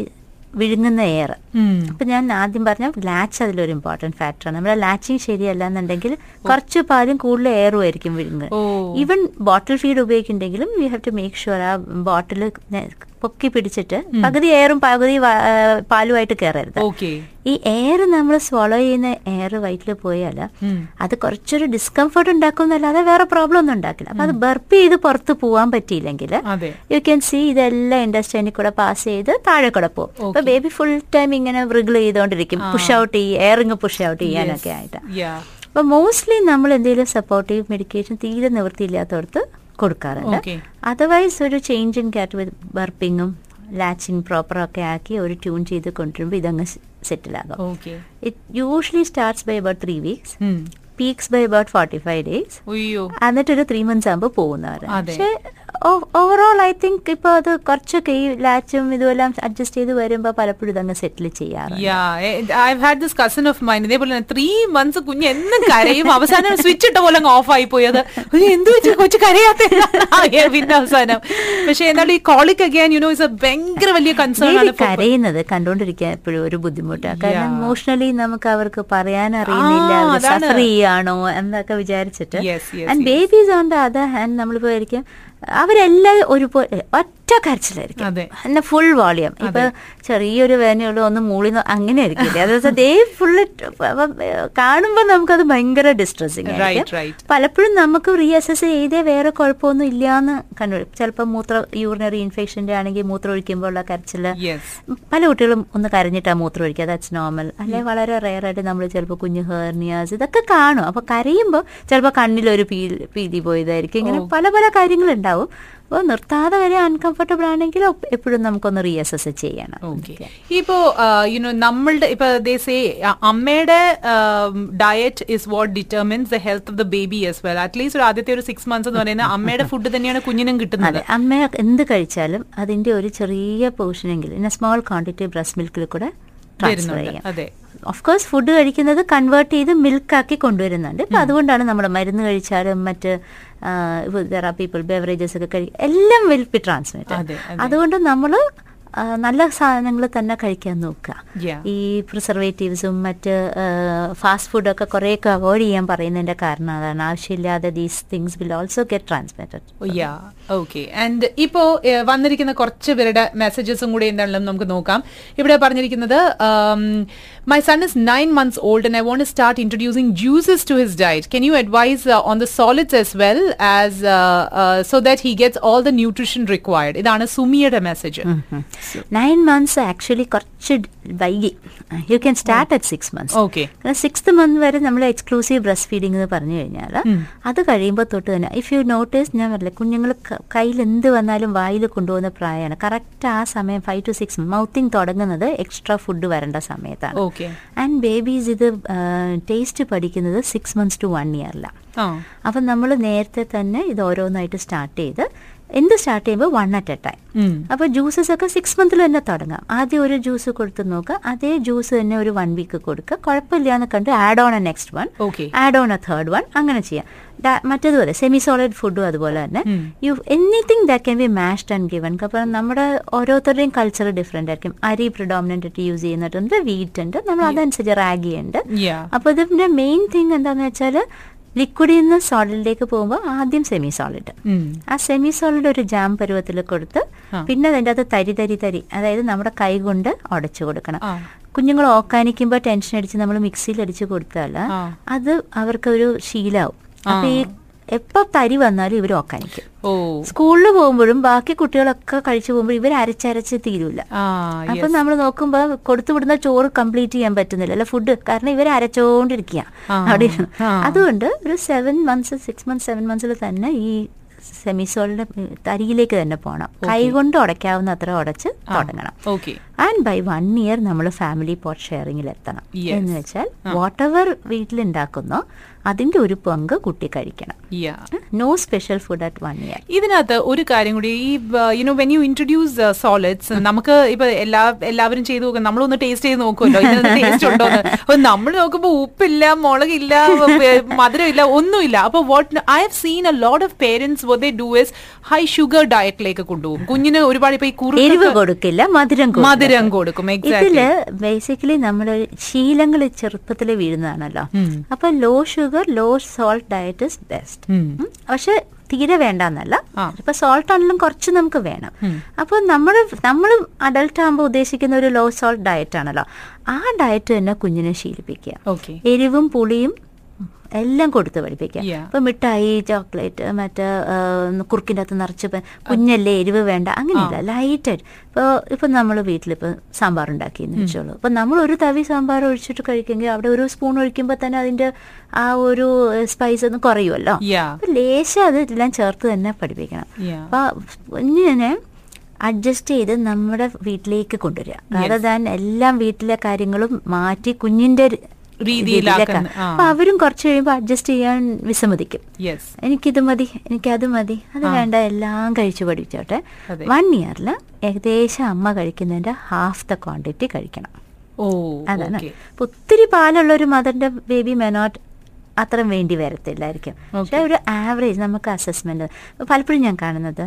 [SPEAKER 2] വിഴുങ്ങുന്ന എയർ
[SPEAKER 1] ഉം.
[SPEAKER 2] അപ്പൊ ഞാൻ ആദ്യം പറഞ്ഞ ലാച്ച് അതിലൊരു ഇമ്പോർട്ടന്റ് ഫാക്ടറാണ് നമ്മുടെ ലാച്ചിങ് ശരിയല്ല എന്നുണ്ടെങ്കിൽ കുറച്ച് പാലും കൂടുതൽ എയറും ആയിരിക്കും വിഴുങ്ങുക
[SPEAKER 1] ഓ.
[SPEAKER 2] ഈവൻ ബോട്ടിൽ ഫീഡ് ഉപയോഗിക്കുന്നുണ്ടെങ്കിലും you have to make sure ആ ബോട്ടിൽ പൊക്കി പിടിച്ചിട്ട് പകുതി എയറും പകുതി വാ- ആ, പാലുമായിട്ട് കയറരുത്
[SPEAKER 1] Okay.
[SPEAKER 2] ഈ എയർ നമ്മൾ swallow ചെയ്യുന്ന എയർ വയറ്റിൽ പോയാൽ അത് കുറച്ചൊരു ഡിസ്കംഫർട്ട് ഉണ്ടാക്കും എന്നല്ലാതെ വേറെ പ്രോബ്ലം ഒന്നും ഉണ്ടാക്കില്ല അപ്പൊ അത് ബർപ്പ് ചെയ്ത് പുറത്ത് പോകാൻ പറ്റിയില്ലെങ്കിൽ
[SPEAKER 1] അതെ
[SPEAKER 2] യു ക്യാൻ സി ഇതെല്ലാം ഇൻഡസ്ട്രീനിൽ കൂടെ പാസ് ചെയ്ത് താഴെ കൂടെ പോകും അപ്പൊ ബേബി ഫുൾ ടൈം ഇങ്ങനെ wriggle ചെയ്തുകൊണ്ടിരിക്കും പുഷ് ഔട്ട് ചെയ്യും എയറിങ് പുഷ് ഔട്ട് ചെയ്യാനൊക്കെ ആയിട്ട്
[SPEAKER 1] Yeah.
[SPEAKER 2] അപ്പൊ മോസ്റ്റ്ലി നമ്മൾ എന്തെങ്കിലും സപ്പോർട്ടീവ് മെഡിക്കേഷൻ തീരെ നിവൃത്തിയില്ലാത്തടത്ത് കൊടുക്കാറുണ്ട്
[SPEAKER 1] Okay.
[SPEAKER 2] അതർവൈസ് ഒരു ചേഞ്ച് ഇൻ കാറ്റ് വിത്ത് ബർപ്പിങ്ങും ലാച്ചിങ് പ്രോപ്പറും ഒക്കെ ആക്കി ഒരു ട്യൂൺ ചെയ്ത് കൊണ്ടുവരുമ്പോൾ ഇതങ്ങ് സെറ്റിൽ ആകും
[SPEAKER 1] Okay.
[SPEAKER 2] It usually starts by about three weeks
[SPEAKER 1] ഉം.
[SPEAKER 2] Peaks by about forty five days
[SPEAKER 1] ഉയ്യോ.
[SPEAKER 2] എന്നിട്ടൊരു ത്രീ മന്ത്സ് ആകുമ്പോൾ പോകുന്നവർ
[SPEAKER 1] അതെ.
[SPEAKER 2] പക്ഷേ ഓവറോൾ ഐ തിങ്ക് ഇപ്പൊ അത് കുറച്ചൊക്കെ ഈ ലാച്ചും ഇതുമെല്ലാം അഡ്ജസ്റ്റ് ചെയ്ത് വരുമ്പോൾ പലപ്പോഴും ഇതങ്ങ് സെറ്റിൽ ചെയ്യാറുണ്ട്
[SPEAKER 1] Yeah. I've had this cousin of mine. ഇതേപോലെ തന്നെ ത്രീ മന്ത്സ് കുഞ്ഞ് എന്നും കരയും അവസാനം സ്വിച്ച് ഇട്ട പോലെ ഓഫ് ആയി പോയത് എന്ത് വെച്ച് കൊച്ചു കരയാത്ത പിന്നെ അവസാനം പക്ഷെ എന്നാലും ഈ colic again you know is a ഭയങ്കര വലിയ കൺസേൺ
[SPEAKER 2] Baby
[SPEAKER 1] ആണ് for-
[SPEAKER 2] കരയുന്നത് കണ്ടുകൊണ്ടിരിക്കാൻ എപ്പോഴും ഒരു ബുദ്ധിമുട്ടാണ് കാരണം
[SPEAKER 1] Yeah.
[SPEAKER 2] ഇമോഷണലി നമുക്ക് അവർക്ക് പറയാൻ അറിയുന്നില്ല
[SPEAKER 1] ആ,
[SPEAKER 2] അവർ
[SPEAKER 1] അതാണ്.
[SPEAKER 2] സഫർ ചെയ്യാണോ എന്നൊക്കെ വിചാരിച്ചിട്ട്
[SPEAKER 1] Yes, yes,
[SPEAKER 2] and
[SPEAKER 1] yes.
[SPEAKER 2] Babies on the other hand നമ്മളിപ്പോയിരിക്കും അവരെല്ലാം ഒരുപോലെ ഒറ്റ കരച്ചിലായിരിക്കും
[SPEAKER 1] അതെ.
[SPEAKER 2] എന്നാ ഫുൾ വോളിയം ഇപ്പൊ ചെറിയൊരു വേനയുള്ള ഒന്ന് മൂളി നോ- അങ്ങനെ ആയിരിക്കില്ല അതായത് ദേ ഫുള്ള് കാണുമ്പോൾ നമുക്കത് ഭയങ്കര ഡിസ്ട്രസിങ്
[SPEAKER 1] Right, right.
[SPEAKER 2] പലപ്പോഴും നമുക്ക് റീഅസസ് ചെയ്തേ വേറെ കുഴപ്പമൊന്നും ഇല്ലാന്ന് കണ്ടു ചിലപ്പോൾ മൂത്ര യൂറിനറി ഇൻഫെക്ഷന്റെ ആണെങ്കിൽ മൂത്രം ഒഴിക്കുമ്പോഴുള്ള കരച്ചില്
[SPEAKER 1] Yes.
[SPEAKER 2] പല കുട്ടികളും ഒന്ന് കരഞ്ഞിട്ടാ മൂത്രം ഒഴിക്കുക ദാറ്റ്സ് നോർമൽ അല്ലെ വളരെ റെയർ ആയിട്ട് നമ്മൾ ചിലപ്പോൾ കുഞ്ഞു ഹേർണിയാസ് ഇതൊക്കെ കാണും അപ്പൊ കരയുമ്പോൾ ചിലപ്പോൾ കണ്ണിലൊരു പീ- പീലി പോയതായിരിക്കും ഇങ്ങനെ പല പല കാര്യങ്ങളുണ്ടാവും അപ്പോൾ നിർത്താതെ വരെ അൺകംഫർട്ടബിൾ ആണെങ്കിൽ എപ്പോഴും നമുക്കൊന്ന് റീഅസസ് ചെയ്യണം
[SPEAKER 1] ഓക്കെ ഇപ്പോ യുനോ നമ്മളുടെ ഇപ്പൊ സേ അമ്മയുടെ diet is what determines the health of the baby as well at least ഒരു ആദ്യത്തെ ഒരു സിക്സ് മന്ത്സ് എന്ന് പറയുന്നത് അമ്മയുടെ ഫുഡ് തന്നെയാണ് കുഞ്ഞിനും കിട്ടുന്നത്
[SPEAKER 2] അതെ അമ്മ എന്ത് കഴിച്ചാലും അതിന്റെ ഒരു ചെറിയ പോർഷനെങ്കിലും ഇന്ന സ്മോൾ ക്വാണ്ടിറ്റി ബ്രസ്റ്റ് മിൽക്കിൽ കൂടെ ട്രാൻസ്ഫർ
[SPEAKER 1] വരുന്നുണ്ട്.
[SPEAKER 2] ചെയ്യാം
[SPEAKER 1] അതെ
[SPEAKER 2] ഓഫ് കോഴ്സ് ഫുഡ് കഴിക്കുന്നത് കൺവേർട്ട് ചെയ്ത് മിൽക്കാക്കി കൊണ്ടുവരുന്നുണ്ട് അപ്പം അതുകൊണ്ടാണ് നമ്മൾ മരുന്ന് കഴിച്ചാലും മറ്റ് പീപ്പിൾ ബെവറേജസ് ഒക്കെ കഴിക്കും എല്ലാം വിൽ ബി
[SPEAKER 1] അതെ,
[SPEAKER 2] ട്രാൻസ്മിറ്റ്
[SPEAKER 1] അതെ.
[SPEAKER 2] അതുകൊണ്ട് നമ്മൾ നല്ല സാധനങ്ങൾ തന്നെ കഴിക്കാൻ നോക്കുക
[SPEAKER 1] Yeah.
[SPEAKER 2] ഈ പ്രിസർവേറ്റീവ്സും മറ്റ് ഫാസ്റ്റ് ഫുഡൊക്കെ കുറേയൊക്കെ അവോയ്ഡ് ചെയ്യാൻ പറയുന്നതിന്റെ കാരണം അതാണ് ആവശ്യമില്ലാതെ these things will also get transmitted
[SPEAKER 1] yeah okay and ഇപ്പോ ഏ, വന്നിരിക്കുന്ന കുറച്ച് പേരുടെ മെസ്സേജസും കൂടി എന്താണെങ്കിലും നമുക്ക് നോക്കാം ഇവിടെ പറഞ്ഞിരിക്കുന്നത് um, my son is nine months old and I want start introducing juices to his diet can you advise on the solids as uh, well as so that he gets all the nutrition required ഇതാണ് സുമിയുടെ message
[SPEAKER 2] nine months actually കുറച്ച് വൈകി you can start at six months
[SPEAKER 1] okay
[SPEAKER 2] കാരണം sixth month വരെ നമ്മൾ exclusive breast feeding എന്ന് പറഞ്ഞു കഴിഞ്ഞാൽ അത് കഴിയുമ്പോൾ തൊട്ട് തന്നെ ഇഫ് യു നോട്ടീസ് ഞാൻ പറഞ്ഞില്ല കുഞ്ഞുങ്ങൾ കയ്യിൽ എന്ത് വന്നാലും വായിൽ കൊണ്ടുപോകുന്ന പ്രായമാണ് കറക്റ്റ് ആ സമയം ഫൈവ് ടു സിക്സ് മൗത്തിങ് തുടങ്ങുന്നത് എക്സ്ട്രാ ഫുഡ് വരേണ്ട സമയത്താണ്
[SPEAKER 1] ഓക്കെ
[SPEAKER 2] ആൻഡ് ബേബീസ് ഇത് ടേസ്റ്റ് പഠിക്കുന്നത് സിക്സ് മന്ത്സ് ടു വൺ ഇയറിലാണ്
[SPEAKER 1] ആ
[SPEAKER 2] അപ്പം നമ്മൾ നേരത്തെ തന്നെ ഇത് ഓരോന്നായിട്ട് സ്റ്റാർട്ട് ചെയ്ത് എന്ത് സ്റ്റാർട്ട് ചെയ്യുമ്പോൾ വൺ അറ്റ് എ ടൈം അപ്പോൾ ജ്യൂസസ് ഒക്കെ സിക്സ് മന്തിൽ തന്നെ തുടങ്ങാം ആദ്യം ഒരു ജ്യൂസ് കൊടുത്ത് നോക്കുക അതേ ജ്യൂസ് തന്നെ ഒരു വൺ വീക്ക് കൊടുക്കുക കുഴപ്പമില്ല എന്ന് കണ്ട് add on a next one
[SPEAKER 1] Okay.
[SPEAKER 2] Add on a third one അങ്ങനെ ചെയ്യാം ഡാ- മറ്റേതുപോലെ സെമി സോളിഡ് ഫുഡും അതുപോലെ തന്നെ you anything that can be mashed and given കാരണം നമ്മുടെ ഓരോരുത്തരുടെയും കൾച്ചർ ഡിഫറെൻ്റ് ആയിരിക്കും അരി പ്രിഡോമിനൻ്റ് ആയിട്ട് യൂസ് ചെയ്യുന്നിട്ടുണ്ട് വീറ്റ് ഉണ്ട് നമ്മൾ അതനുസരിച്ച് റാഗി ഉണ്ട്
[SPEAKER 1] Yeah.
[SPEAKER 2] അപ്പൊ ഇതിന്റെ മെയിൻ തിങ് എന്താന്ന് വെച്ചാൽ ലിക്വിഡിൽ നിന്ന് സോളിഡിലേക്ക് പോകുമ്പോൾ ആദ്യം സെമി സോളിഡ്
[SPEAKER 1] ഉം.
[SPEAKER 2] ആ സെമി സോളിഡ് ഒരു ജാം പരുവത്തിൽ കൊടുത്ത്
[SPEAKER 1] ആ.
[SPEAKER 2] പിന്നെ അതിൻ്റെ അത് തരി തരി തരി അതായത് നമ്മുടെ കൈ കൊണ്ട് ഉടച്ചു കൊടുക്കണം
[SPEAKER 1] ആ.
[SPEAKER 2] കുഞ്ഞുങ്ങൾ ഓക്കാനിക്കുമ്പോൾ ടെൻഷൻ അടിച്ച് നമ്മൾ മിക്സിയിൽ അടിച്ച് കൊടുത്താൽ
[SPEAKER 1] ആ.
[SPEAKER 2] അത് അവർക്കൊരു ശീലാവും അപ്പൊ ഈ എപ്പോ തരി വന്നാലും ഇവർ ഓക്കാനിക്കും
[SPEAKER 1] ഓ
[SPEAKER 2] സ്കൂളിൽ പോകുമ്പോഴും ബാക്കി കുട്ടികളൊക്കെ കഴിച്ചു പോകുമ്പോഴും ഇവർ അരച്ചരച്ച് തീരൂല
[SPEAKER 1] ആ
[SPEAKER 2] അപ്പൊ നമ്മൾ നോക്കുമ്പോ കൊടുത്തുവിടുന്ന ചോറ് കംപ്ലീറ്റ് ചെയ്യാൻ പറ്റുന്നില്ല അല്ല ഫുഡ് കാരണം ഇവർ അരച്ചോണ്ടിരിക്കുക
[SPEAKER 1] ആ,
[SPEAKER 2] അവിടെ ഇരുന്ന്.
[SPEAKER 1] ആ.
[SPEAKER 2] അതുകൊണ്ട് ഒരു seven months six months seven മന്ത്സിൽ തന്നെ ഈ സെമിസോളിന്റെ തരിയിലേക്ക് തന്നെ പോകണം കൈകൊണ്ട് ഉടയ്ക്കാവുന്ന അത്ര ഉടച്ച് തുടങ്ങണം
[SPEAKER 1] okay
[SPEAKER 2] and by one year നമ്മൾ ഫാമിലി പോട്ട് ഷെയറിംഗിൽ എത്തണം
[SPEAKER 1] Yes.
[SPEAKER 2] എന്ന് വെച്ചാൽ വാട്ട് എവർ വീട്ടിലുണ്ടാക്കുന്നോ അതിന്റെ ഒരു പങ്ക് കുട്ടി കഴിക്കണം
[SPEAKER 1] yeah
[SPEAKER 2] no special food at one year
[SPEAKER 1] ഇതിനകത്ത് ഒരു കാര്യം കൂടി ഈ you know when you introduce solids uh, നമുക്ക് ഇപ്പൊ എല്ലാ എല്ലാവരും ചെയ്തു നോക്കും നമ്മളൊന്ന് ടേസ്റ്റ് ചെയ്ത് നോക്കുമല്ലോ ഇതിനകത്ത് ടേസ്റ്റ് ഉണ്ടോ അപ്പൊ നമ്മൾ നോക്കുമ്പോ ഉപ്പില്ല മുളകില്ല മധുരമില്ല ഒന്നുമില്ല അപ്പൊ what I have seen a lot of parents what they do is high sugar ഡയറ്റിലേക്ക് കൊണ്ടുപോകും കുഞ്ഞിന് ഒരുപാട് ഇപ്പൊ ഈ
[SPEAKER 2] എരിവ്
[SPEAKER 1] കുറുക്കൊക്കെ
[SPEAKER 2] കൊടുക്കില്ല മധുരം കൊടുക്കും.
[SPEAKER 1] മധുരം കൊടുക്കും, exactly.
[SPEAKER 2] ഇതില് ബേസിക്കലി നമ്മൾ ശീലങ്ങൾ ചെറുപ്പത്തിൽ വീഴുന്നതാണല്ലോ അപ്പൊ low sugar low salt diet is best
[SPEAKER 1] ഉം.
[SPEAKER 2] പക്ഷെ തീരെ വേണ്ടെന്നല്ല
[SPEAKER 1] ആ.
[SPEAKER 2] ഇപ്പൊ സോൾട്ട് ആണെങ്കിലും കുറച്ച് നമുക്ക് വേണം അപ്പൊ നമ്മൾ നമ്മൾ അഡൾട്ട് ആകുമ്പോൾ ഉദ്ദേശിക്കുന്ന ഒരു ലോ സോൾട്ട് ഡയറ്റ് ആണല്ലോ ആ ഡയറ്റ് തന്നെ കുഞ്ഞിനെ ശീലിപ്പിക്കുക
[SPEAKER 1] ഓക്കെ
[SPEAKER 2] എരിവും പുളിയും എല്ലാം കൊടുത്ത് പഠിപ്പിക്കാം
[SPEAKER 1] Yeah.
[SPEAKER 2] ഇപ്പൊ മിഠായി ചോക്ലേറ്റ് മറ്റേ കുറുക്കിൻ്റെ അകത്ത് നിറച്ച് പെ- കുഞ്ഞല്ലേ എരിവ് വേണ്ട അങ്ങനെയല്ല ലൈറ്റായിട്ട് ഇപ്പോൾ ഇപ്പൊ നമ്മൾ വീട്ടിലിപ്പോൾ സാമ്പാർ ഉണ്ടാക്കി എന്ന് വെച്ചോളൂ അപ്പൊ നമ്മൾ ഒരു തവി സാമ്പാർ ഒഴിച്ചിട്ട് കഴിക്കുമെങ്കിൽ അവിടെ ഒരു സ്പൂൺ ഒഴിക്കുമ്പോൾ തന്നെ അതിന്റെ ആ ഒരു സ്പൈസ് ഒന്ന് കുറയുമല്ലോ
[SPEAKER 1] Yeah.
[SPEAKER 2] അപ്പൊ ലേശം അത് എല്ലാം ചേർത്ത് തന്നെ പഠിപ്പിക്കണം
[SPEAKER 1] Yeah.
[SPEAKER 2] അപ്പൊ കുഞ്ഞിനെ അഡ്ജസ്റ്റ് ചെയ്ത് നമ്മുടെ വീട്ടിലേക്ക് കൊണ്ടുവരിക rather than എല്ലാം വീട്ടിലെ കാര്യങ്ങളും മാറ്റി കുഞ്ഞിന്റെ ര-
[SPEAKER 1] രീതിയിലാക്കുന്ന,
[SPEAKER 2] രീതിയിലേക്കാ-
[SPEAKER 1] ആ.
[SPEAKER 2] അപ്പൊ അവരും കുറച്ച് കഴിയുമ്പോൾ അഡ്ജസ്റ്റ് ചെയ്യാൻ വിസമ്മതിക്കും
[SPEAKER 1] യെസ്
[SPEAKER 2] എനിക്കിത് മതി എനിക്കത് മതി അത് വേണ്ട എല്ലാം കഴിച്ചു പഠിച്ചോട്ടെ
[SPEAKER 1] അതെ.
[SPEAKER 2] വൺ ഇയറിൽ ഏകദേശം അമ്മ കഴിക്കുന്നതിന്റെ ഹാഫ് ദ ക്വാണ്ടിറ്റി കഴിക്കണം
[SPEAKER 1] ഓ
[SPEAKER 2] അതാണ്
[SPEAKER 1] ഓക്കെ
[SPEAKER 2] ഇപ്പൊ ഒത്തിരി പാലുള്ള ഒരു മദറിന്റെ ബേബി മെനോട്ട് അത്രയും വേണ്ടി വരത്തില്ലായിരിക്കും പക്ഷെ ഒരു ആവറേജ് നമുക്ക് അസസ്മെന്റ് പലപ്പോഴും ഞാൻ കാണുന്നത്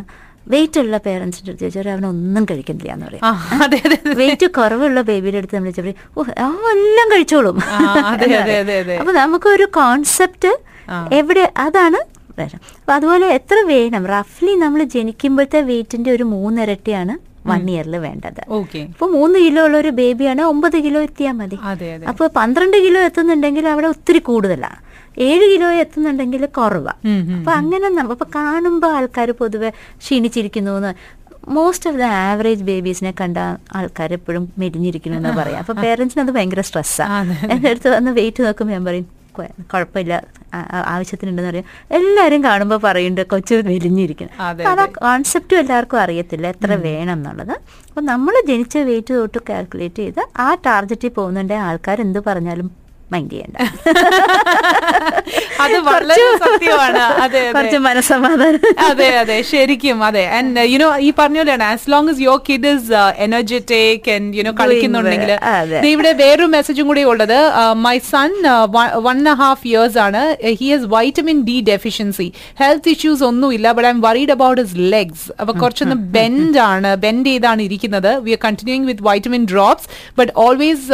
[SPEAKER 2] വെയിറ്റ് ഉള്ള പേരൻസിന്റെ അടുത്ത് ചോദിച്ചാൽ അവൻ ഒന്നും കഴിക്കുന്നില്ല എന്ന് പറയും
[SPEAKER 1] ആ, അതെ, അതെ, അതെ.
[SPEAKER 2] വെയിറ്റ് കുറവുള്ള ബേബിയുടെ അടുത്ത് നമ്മൾ ചോദിച്ചാൽ ഓ അവൻ എല്ലാം കഴിച്ചോളും
[SPEAKER 1] ആ, അതെ, അതെ, അതെ, അതെ.
[SPEAKER 2] അപ്പൊ നമുക്കൊരു കോൺസെപ്റ്റ്
[SPEAKER 1] ആ.
[SPEAKER 2] എവിടെ അതാണ് പ്രശ്നം. അപ്പൊ അതുപോലെ എത്ര വേണം റഫ്ലി നമ്മൾ ജനിക്കുമ്പോഴത്തെ വെയിറ്റിന്റെ ഒരു മൂന്നിരട്ടിയാണ് വൺ ഇയറിൽ വേണ്ടത്
[SPEAKER 1] ഓക്കെ
[SPEAKER 2] ഇപ്പൊ മൂന്ന് കിലോ ഉള്ള ഒരു ബേബിയാണ് ഒമ്പത് കിലോ എത്തിയാൽ മതി
[SPEAKER 1] അതെ അതെ
[SPEAKER 2] അപ്പൊ പന്ത്രണ്ട് കിലോ എത്തുന്നുണ്ടെങ്കിൽ അവിടെ ഒത്തിരി കൂടുതലാണ് ഏഴ് കിലോ എത്തുന്നുണ്ടെങ്കിൽ കുറവാ
[SPEAKER 1] ഉം, ഉം,
[SPEAKER 2] അപ്പൊ അങ്ങനെ നമ്മ- അപ്പൊ കാണുമ്പോൾ ആൾക്കാർ പൊതുവെ ക്ഷീണിച്ചിരിക്കുന്നു എന്ന് മോസ്റ്റ് ഓഫ് ദ ആവറേജ് ബേബീസിനെ കണ്ട ആൾക്കാർ എപ്പോഴും മെലിഞ്ഞിരിക്കുന്നു എന്ന് പറയാം അപ്പൊ പേരൻസിന് അത് ഭയങ്കര സ്ട്രെസ്സാണ്
[SPEAKER 1] അതെ,
[SPEAKER 2] എൻ്റെ അടുത്ത് വന്ന് വെയിറ്റ് നോക്കുമ്പോൾ ഞാൻ പറയും "കൊ- കുഴപ്പമില്ല ആ- ആ- ആവശ്യത്തിനുണ്ടെന്ന് പറയും എല്ലാവരും കാണുമ്പോൾ പറയുന്നുണ്ട് കൊച്ചു മെലിഞ്ഞിരിക്കുന്നു
[SPEAKER 1] അതെ,
[SPEAKER 2] അപ്പൊ ആ കോൺസെപ്റ്റും എല്ലാവർക്കും അറിയത്തില്ല എത്ര വേണം എന്നുള്ളത് അപ്പൊ നമ്മൾ ജനിച്ച വെയിറ്റ് തൊട്ട് കാൽക്കുലേറ്റ് ചെയ്ത് ആ ടാർഗറ്റിൽ പോകുന്നുണ്ടെങ്കിൽ ആൾക്കാർ എന്ത് പറഞ്ഞാലും മൈൻഡ് ചെയ്യണ്ട
[SPEAKER 1] അത് വളരെ സത്യമാണ് അതെ അതെ
[SPEAKER 2] കുറച്ച് മനസ്സമാധാനം
[SPEAKER 1] അതെ അതെ ശരിക്കും അതെ ആൻഡ് യുനോ ഈ പറഞ്ഞ പോലെയാണ് as long as your kid is uh, energetic and you know
[SPEAKER 2] Doing
[SPEAKER 1] കളിക്കുന്നുണ്ടെങ്കിൽ
[SPEAKER 2] well. അതെ.
[SPEAKER 1] ദേ ഇവിടെ വേറൊരു മെസ്സേജും കൂടി ഉള്ളത് Uh, my son one half years ആണ് Uh, he has vitamin D deficiency health issues ഒന്നുമില്ല but I M worried about his legs അപ്പൊ കുറച്ചൊന്ന് ബെൻഡ് ആണ് ബെൻഡ് ചെയ്താണ് ഇരിക്കുന്നത് we are continuing with vitamin drops but always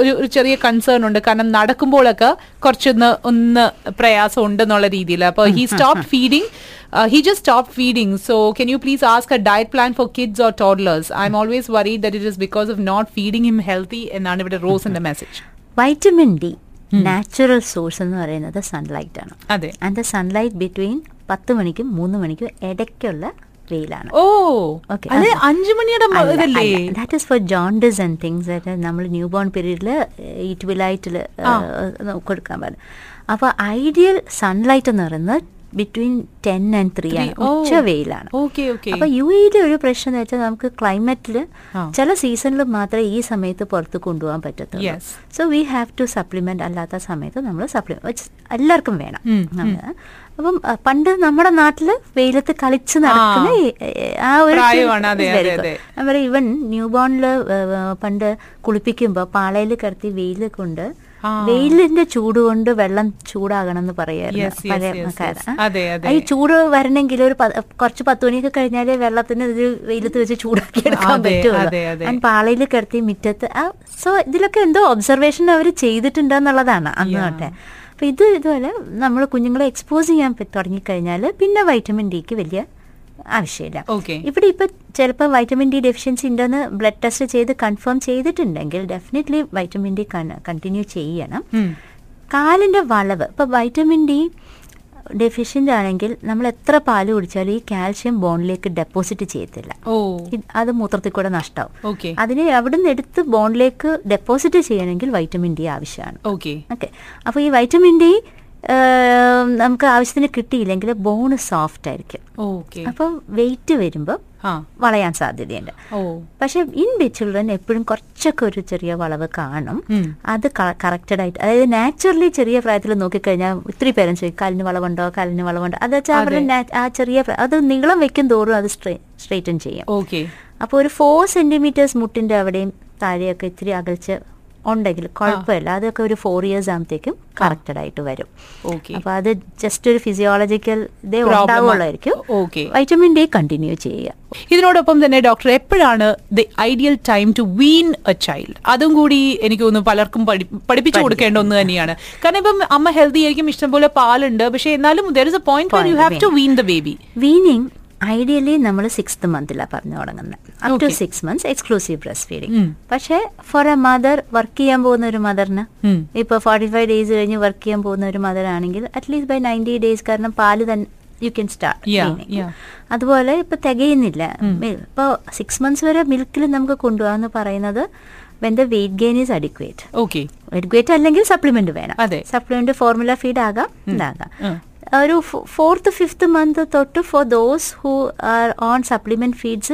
[SPEAKER 1] ഒരു ഒരു ചെറിയ കൺസേൺ ഉണ്ട് കാരണം നടക്കുമ്പോഴൊക്കെ കുറച്ചൊന്ന് ഒന്ന് പ്രയാസം ഉണ്ടെന്നുള്ള രീതിയിൽ അപ്പൊ he stop feeding he just stop feeding so can you please ask a diet plan for kids or toddlers I
[SPEAKER 2] Hmm.
[SPEAKER 1] Am always worried that it is because of not feeding him healthy എന്നാണ് ഇവിടെ റോസിന്റെ message
[SPEAKER 2] vitamin D natural source എന്ന് പറയുന്നത് sunlight ആണ്
[SPEAKER 1] അതെ
[SPEAKER 2] and the sunlight between പത്ത് മണിക്കും മൂന്ന് മണിക്കും ഇടയ്ക്കുള്ള വെയിലാണ്
[SPEAKER 1] ഓ
[SPEAKER 2] Okay.
[SPEAKER 1] അത് അഞ്ചു മണിയുടെ മ- ഇതല്ലേ
[SPEAKER 2] that is for jaundice and things നമ്മൾ ന്യൂ ബോൺ പീരീഡിൽ ഈറ്റ് വിലൈറ്റിൽ കൊടുക്കാൻ പാടില്ല അപ്പോൾ ഐഡിയൽ സൺലൈറ്റ് എന്ന് പറയുന്നത് ബിറ്റ്വീൻ ടെൻ ആൻഡ് ത്രീ ആണ്
[SPEAKER 1] ഓ.
[SPEAKER 2] ഉച്ച വെയിലാണ്
[SPEAKER 1] ഓക്കെ ഓക്കെ
[SPEAKER 2] അപ്പൊ യു എയുടെ ഒരു പ്രശ്നം എന്ന് വെച്ചാൽ നമുക്ക് ക്ലൈമറ്റിൽ ചില സീസണിൽ മാത്രമേ ഈ സമയത്ത് പുറത്ത് കൊണ്ടുപോകാൻ പറ്റത്തുള്ളൂ
[SPEAKER 1] Yes.
[SPEAKER 2] So we have to supplement അല്ലാത്ത സമയത്ത് നമ്മൾ സപ്ലിമെന്റ് എല്ലാവർക്കും വേണം നമ്മള്. അപ്പം അഹ്, പണ്ട് നമ്മുടെ നാട്ടില് വെയിലത്ത് കളിച്ച് നടക്കുന്ന ഈ, ഏഹ്, ആ ഒരു
[SPEAKER 1] പ്രായമാണ്, അതെ,
[SPEAKER 2] very
[SPEAKER 1] അതെ,
[SPEAKER 2] good.
[SPEAKER 1] അതെ.
[SPEAKER 2] നമ്മുടെ ഇവൻ ന്യൂ ബോണില് പണ്ട് കുളിപ്പിക്കുമ്പോ പാളയിൽ കിടത്തി വെയിൽ കൊണ്ട്
[SPEAKER 1] ആ.
[SPEAKER 2] വെയിലിന്റെ ചൂട് കൊണ്ട് വെള്ളം ചൂടാകണം എന്ന് പറയായിരുന്നു
[SPEAKER 1] Yes, yes, yes, yes.
[SPEAKER 2] Makkar.
[SPEAKER 1] അതെ, അതെ.
[SPEAKER 2] ആ, ഈ ചൂട് വരണമെങ്കിൽ ഒരു പ- കുറച്ച് പത്ത് മണിയൊക്കെ കഴിഞ്ഞാലേ വെള്ളത്തിന് ഒരു വെയിലത്ത് വെച്ച് ചൂടാക്കി എടുക്കാൻ
[SPEAKER 1] അതെ, അതെ, അതെ.
[SPEAKER 2] പറ്റുമല്ലോ പാളയിൽ കിടത്തി മിറ്റത്ത് സോ ഇതിലൊക്കെ എന്തോ ഒബ്സർവേഷൻ അവർ ചെയ്തിട്ടുണ്ടെന്നുള്ളതാണ് അന്ന് തൊട്ടെ അപ്പൊ ഇത് ഇതുപോലെ നമ്മൾ കുഞ്ഞുങ്ങളെ എക്സ്പോസ് ചെയ്യാൻ പ- തുടങ്ങിക്കഴിഞ്ഞാൽ പിന്നെ വൈറ്റമിൻ ഡിക്ക് വലിയ ആവശ്യമില്ല
[SPEAKER 1] Okay.
[SPEAKER 2] ഇവിടെ ഇപ്പൊ ചിലപ്പോൾ വൈറ്റമിൻ ഡി ഡെഫിഷ്യൻസി ഉണ്ടെന്ന് ബ്ലഡ് ടെസ്റ്റ് ചെയ്ത് കൺഫേം ചെയ്തിട്ടുണ്ടെങ്കിൽ ഡെഫിനറ്റ്ലി വൈറ്റമിൻ ഡി കണ്ടിന്യൂ ചെയ്യണം
[SPEAKER 1] ഉം.
[SPEAKER 2] കാലിന്റെ വളവ് ഇപ്പൊ വൈറ്റമിൻ ഡി ഡെഫിഷ്യൻ്റ് ആണെങ്കിൽ നമ്മൾ എത്ര പാല് കുടിച്ചാലും ഈ കാൽഷ്യം ബോണിലേക്ക് ഡെപ്പോസിറ്റ് ചെയ്യത്തില്ല
[SPEAKER 1] ഓ
[SPEAKER 2] ഇത് അത് മൂത്രത്തിൽ കൂടെ നഷ്ടമാവും
[SPEAKER 1] ഓക്കെ
[SPEAKER 2] അതിനെ അവിടുന്ന് എടുത്ത് ബോണിലേക്ക് ഡെപ്പോസിറ്റ് ചെയ്യണമെങ്കിൽ വൈറ്റമിൻ ഡി ആവശ്യമാണ്
[SPEAKER 1] ഓക്കെ
[SPEAKER 2] ഓക്കെ അപ്പോൾ ഈ വൈറ്റമിൻ ഡി നമുക്ക് ആവശ്യത്തിന് കിട്ടിയില്ലെങ്കിൽ ബോണ് സോഫ്റ്റ് ആയിരിക്കും
[SPEAKER 1] ഓക്കെ
[SPEAKER 2] അപ്പം വെയിറ്റ് വരുമ്പോൾ
[SPEAKER 1] ആ
[SPEAKER 2] വളയാൻ സാധ്യതയുണ്ട്
[SPEAKER 1] ഓ
[SPEAKER 2] പക്ഷെ ഇൻ ബി ചിൽഡ്രൻ എപ്പോഴും കുറച്ചൊക്കെ ഒരു ചെറിയ വളവ് കാണും
[SPEAKER 1] ഉം.
[SPEAKER 2] അത് കറക്റ്റഡ് ആയിട്ട് അതായത് നാച്ചുറലി ചെറിയ പ്രായത്തിൽ നോക്കിക്കഴിഞ്ഞാൽ ഒത്തിരി പേരൻസ് ചോദിക്കും കാലിന് വളവുണ്ടോ കാലിന് വളവുണ്ടോ അത് വെച്ചാൽ അവരുടെ nat- ആ ചെറിയ പ്രായ- അത് നീളം വെക്കും തോറും അത് സ്ട്രേറ്റൻ ചെയ്യും
[SPEAKER 1] ഓക്കെ
[SPEAKER 2] അപ്പോൾ ഒരു ഫോർ സെന്റിമീറ്റേഴ്സ് മുട്ടിന്റെ അവിടെയും താഴെയൊക്കെ ഇത്തിരി അകൽച്ച ഉണ്ടെങ്കിൽ കുഴപ്പമില്ല അതൊക്കെ ഒരു ഫോർ ഇയേഴ്സ് ആകുമ്പോഴത്തേക്കും കറക്റ്റഡ് ആയിട്ട് വരും
[SPEAKER 1] ഓക്കെ
[SPEAKER 2] അപ്പൊ അത് ജസ്റ്റ് ഒരു ഫിസിയോളജിക്കൽ ഇതേ
[SPEAKER 1] Problem ആ.
[SPEAKER 2] ഉണ്ടാവുള്ളായിരിക്കും
[SPEAKER 1] Okay.
[SPEAKER 2] വൈറ്റമിൻ ഡി കണ്ടിന്യൂ ചെയ്യുക
[SPEAKER 1] ഇതിനോടൊപ്പം തന്നെ ഡോക്ടർ എപ്പോഴാണ് the ideal time to wean a child അതും കൂടി എനിക്ക് തോന്നുന്നു പലർക്കും പഠി- പഠിപ്പിച്ചു കൊടുക്കേണ്ട ഒന്ന് തന്നെയാണ് കാരണം ഇപ്പം അമ്മ ഹെൽത്തി ആയിരിക്കും ഇഷ്ടംപോലെ പാലുണ്ട് പക്ഷെ എന്നാലും there is a point you have to wean the baby
[SPEAKER 2] weaning ideally നമ്മൾ സിക്സ്ത് മന്തിലാണ് പറഞ്ഞു തുടങ്ങുന്നത് up to six months exclusive breast feeding പക്ഷേ ഫോർ എ മദർ വർക്ക് ചെയ്യാൻ പോകുന്ന ഒരു മദറിന് ഇപ്പോൾ ഫോർട്ടി ഫൈവ് ഡേയ്സ് കഴിഞ്ഞ് വർക്ക് ചെയ്യാൻ പോകുന്ന ഒരു മദർ ആണെങ്കിൽ അറ്റ്ലീസ്റ്റ് ബൈ നയൻറ്റി ഡേയ്സ് കാരണം പാല് തന്നെ you can
[SPEAKER 1] Yeah,
[SPEAKER 2] start
[SPEAKER 1] yeah.
[SPEAKER 2] അതുപോലെ ഇപ്പൊ തികയുന്നില്ല ഇപ്പോൾ സിക്സ് മന്ത്സ് വരെ മിൽക്കിൽ നമുക്ക് കൊണ്ടുപോകാന്ന് പറയുന്നത് when the weight gain is adequate
[SPEAKER 1] okay
[SPEAKER 2] adequate അല്ലെങ്കിൽ സപ്ലിമെന്റ് വേണം
[SPEAKER 1] അതെ.
[SPEAKER 2] സപ്ലിമെന്റ് ഫോർമുല ഫീഡ് ആകാം ഇതാകാം
[SPEAKER 1] ഉം.
[SPEAKER 2] ഒരു ഫോർത്ത് ഫിഫ്ത്ത് മന്ത് തൊട്ട് for those who are on supplement feeds